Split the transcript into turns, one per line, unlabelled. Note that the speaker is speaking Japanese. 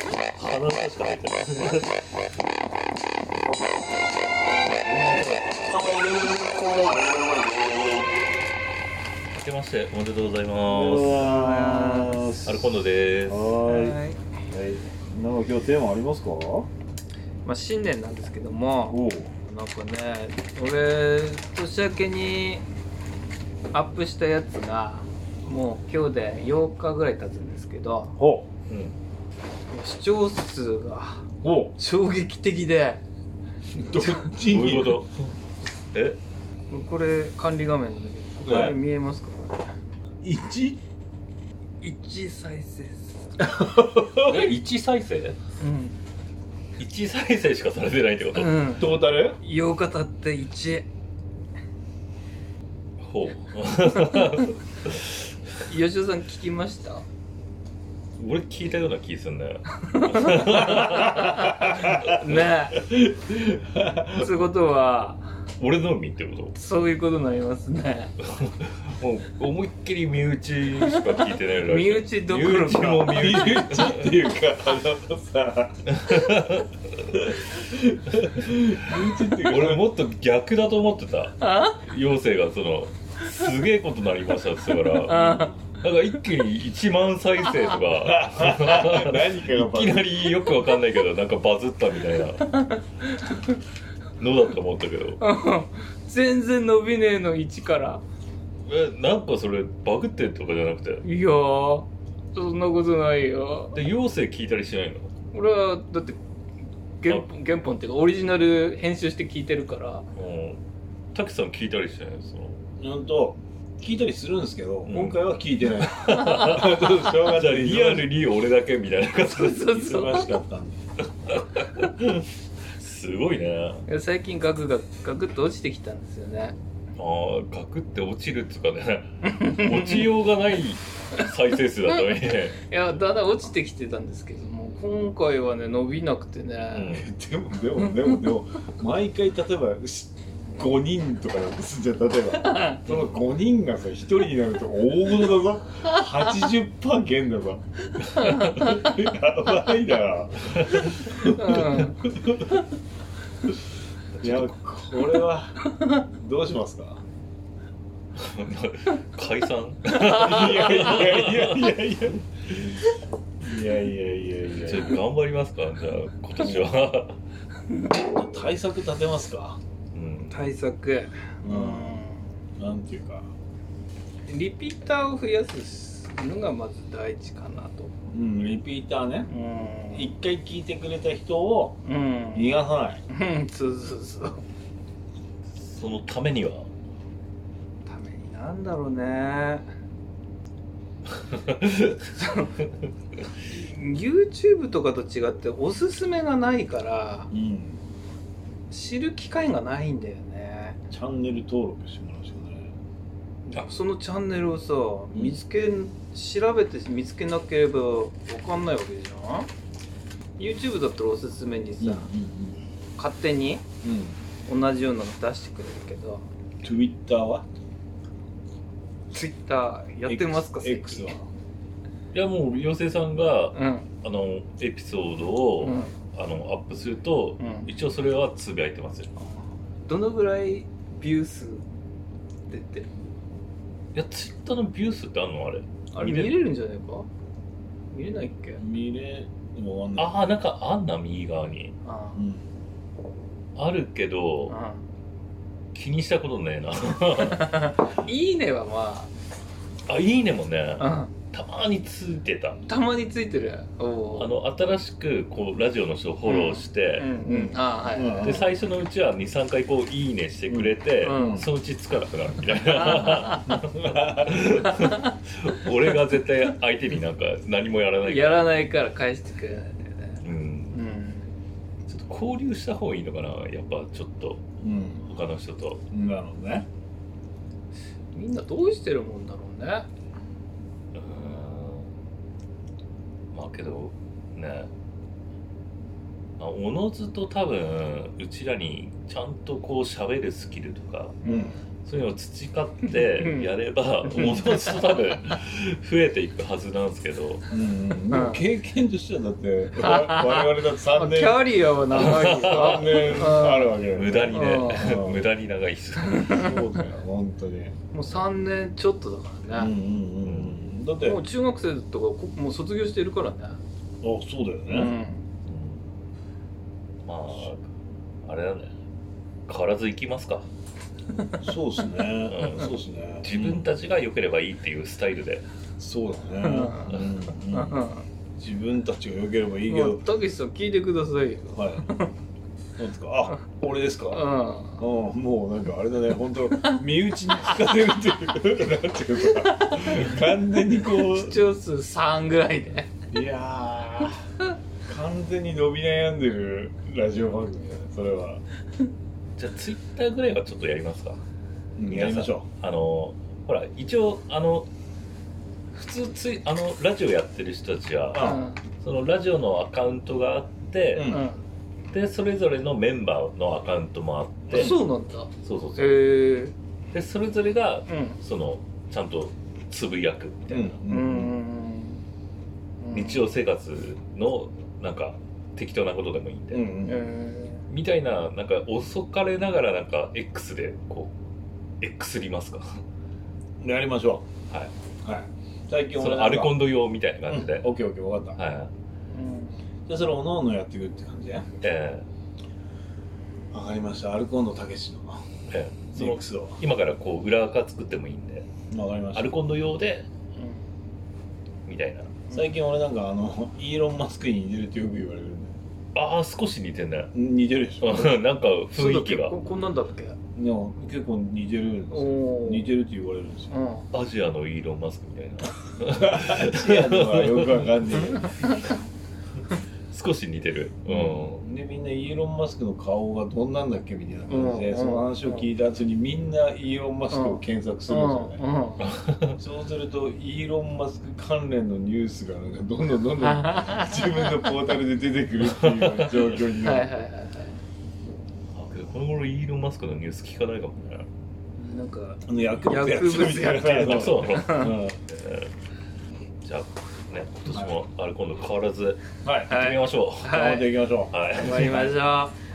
の音しか入ってない。明けましておめでとうございま
は
す。アルコンドです。
ー
はい
い。はい。なんか今日テーマありますか？お
まあ新年なんですけど
お。
もなんかね俺年明けにアップしたやつがもう今日で8日ぐらい経つんですけど
ほ
うん。
視聴数が
う。ほ
衝撃的で
どっ
どう
ち
い
に
うこと？え？
これ管理画面なんだけどこ
はい
れ見えますか
一
1再生数
え一再生？
うん、
一再生しかされてないってこと？
うん、
トータル
8日経って1
ほう。
吉田さん聞きました
俺聞いたような気すんだよ。
ねえそういうことは
俺のみってこと？
そういうことになりますね
もう思いっきり身内しか聞いてないらしい
身内どころか
身内も身
身
内
内っていうかあのさ身内っていうか
俺もっと逆だと思ってた
あ
妖精がそのすげえことになりましたっつったから
あ
なんか一気に1万再生とか
何かが
いきなりよくわかんないけどなんかバズったみたいなのだと思ったけど
全然伸びねえの1から
えなんかそれバグってんとかじゃなくて
いやーそんなことないよ
で妖精聞いたりしないの
俺はだって原本原本っていうかオリジナル編集して聞いてるから
うんたくさん聞いたりしないのその
ほんと聞いたりするんですけど、
うん
今回は聞いて ないちょっと正月
じゃあ
に
リアルに俺だけみたいな感じ
そうそうそう
忙しかったんです
ごいね
最近ガクがガクッと落ちてきたんですよね
ああガクって落ちるっつうかね落ちようがない再生数だったのにね、
いやだんだん落ちてきてたんですけども今回はね伸びなくて
うん
ね、
でもでもでもでも毎回例えばし5人とかだとすじゃあ例えばその5人がさ1人になると大物だぞ80%減だぞやばいな
うん、
いやこれはどうしますか
解 散
いやいやいやいやいやいやいやいやいや
じゃあ頑張りますかじゃあ今年は、
対策立てますか
うん、
対策
う
うんん
なんていうか
リピーターを増やすのがまず第一かなと
うんリピーターね
うん
一回聞いてくれた人を
うん
逃がさない
うんそうそうそう
そのためには
ためになんだろうねその YouTube とかと違っておすすめがないから
うん
知る機会がないんだよね
チャンネル登録してもらうしかない
あ
そのチャンネルをさ見つけ調べて見つけなければわかんないわけじゃん YouTube だったらおすすめにさ、勝手に
うん
同じようなの出してくれるけど
Twitter は
Twitter やってますか
X, X はい
やもう妖精さんが
うん
あのエピソード
う
を、
ん
あのアップすると、
うん
一応それはつぶやいてますよ
どのぐらいビュー数出てる
いやツイッターのビュー数ってあんのあれ
あれ見
見れる
れるんじゃないか見れないっけ
見れもわかんない
ああなんかあんな右側に
あ
うん
あるけ
あ
ど
あ
気にしたこと ねえな
あいいねはま
あいいねもね
あ、
たまについてた
うん、たまについてるお
あの新しくこうラジオの人をフォローして、
うんうんああはい、
うん
で最初のうちは23回こう「いいね」してくれて、
うんうん
そのうちつかなくなるみたい な俺が絶対相手になんか何もやらないから
やらないから返してくれないんだよね
うん、
うん
ちょっと交流した方がいいのかなやっぱちょっと
うん
他の人と
なるほどね
みんなどうしてるもんだろうね
うーんまあけどねああおのずと多分うちらにちゃんとこう喋るスキルとか
うん
そういうのを培ってやればおのずと多分増えていくはずなんですけど
うんうんでも経験としてはだ ってわ我々だって3
キ
年
ャリアは長い
3
よ
年あるわけだよね
無駄にね
うん
無駄に長いっす
そうだよ本当に
もう3年ちょっとだから
うん
ね、
うんうんだって
もう中学生とかこもう卒業してるからね
あそうだよ
う
ね、
ん
まああれだね変わらず行きますか
そうですね、
うん
そうですね
自分たちが良ければいいっていうスタイルで
そうだね、
う
うんうん自分たちが良ければいいけど、
たけしさん聞いてくださいよ
はいなんですかあ俺ですか、
う
うん、もうなんかあれだね、本当身内に聞かせるっていう、なんていうか、完全にこ
ん視聴数3ぐらいで
う、いやー、完全に伸び悩んでるラジオ番組だね、それは。
じゃあツイッターぐらいはちょっとやりますか
うんやりましょ
あのほら一応あの普通ついあのラジオやってる人たちは
あ
そのラジオのアカウントがあって、
うん
でそれぞれのメンバーのアカウントもあって
あそうなんだ
そうそうそ
へ
う
え
でそれぞれが
うん
そのちゃんとつぶやくみ
う。
たいな、
うんうんうん
日常生活のなんか適当なことでもいいんで、
うんうん
え
みたいななんか遅かれながらなんか X でこう X りますか
やりましょう。。
はい
はい。最近
そ
俺な
の
んか
アルコンド用みたいな
うん
感じで、
オッケーオッケー、わかった。
はい
じゃあそれ、おのおのやっていくって感じね。
え
わかりました。アルコンドたけしの
ーえーその
X を。
今からこう裏垢作ってもいいんで
わかりました
アル。コンド用で
うん
みたいな
最近俺なんか、あの、 イーロン・マスクに似てるってよく言われるんで。
ああ少し似てんね
似てるでしょ。
なんか
そう
雰
だ
囲
っ
気
け
が
ここんなんだっけ
でも結構似てるんですよ
おー
似てるって言われるんですよ
うん
アジアのイーロン・マスクみたいな
いやでもよくわかんない
少し似てるうん
でみんなイーロン・マスクの顔がどんなんだっけみたいな感じで、
うん
その話を聞いた後にみんなイーロン・マスクを検索するんですよね、そうするとイーロン・マスク関連のニュースがなんかどんどんどんどん
は
自分のポータルで出てくるっていうような状況
い
に
はいは
ないる
は
あけどこの頃イーロン・マスクのニュース聞かないかもね
いなんか
あの薬物やってるみたいな
薬
あそうなの
うん
じゃあね今年もアルコンド変わらず
はい
やってみましょう
は
頑張って
い
いきましょう
はい
頑張りましょう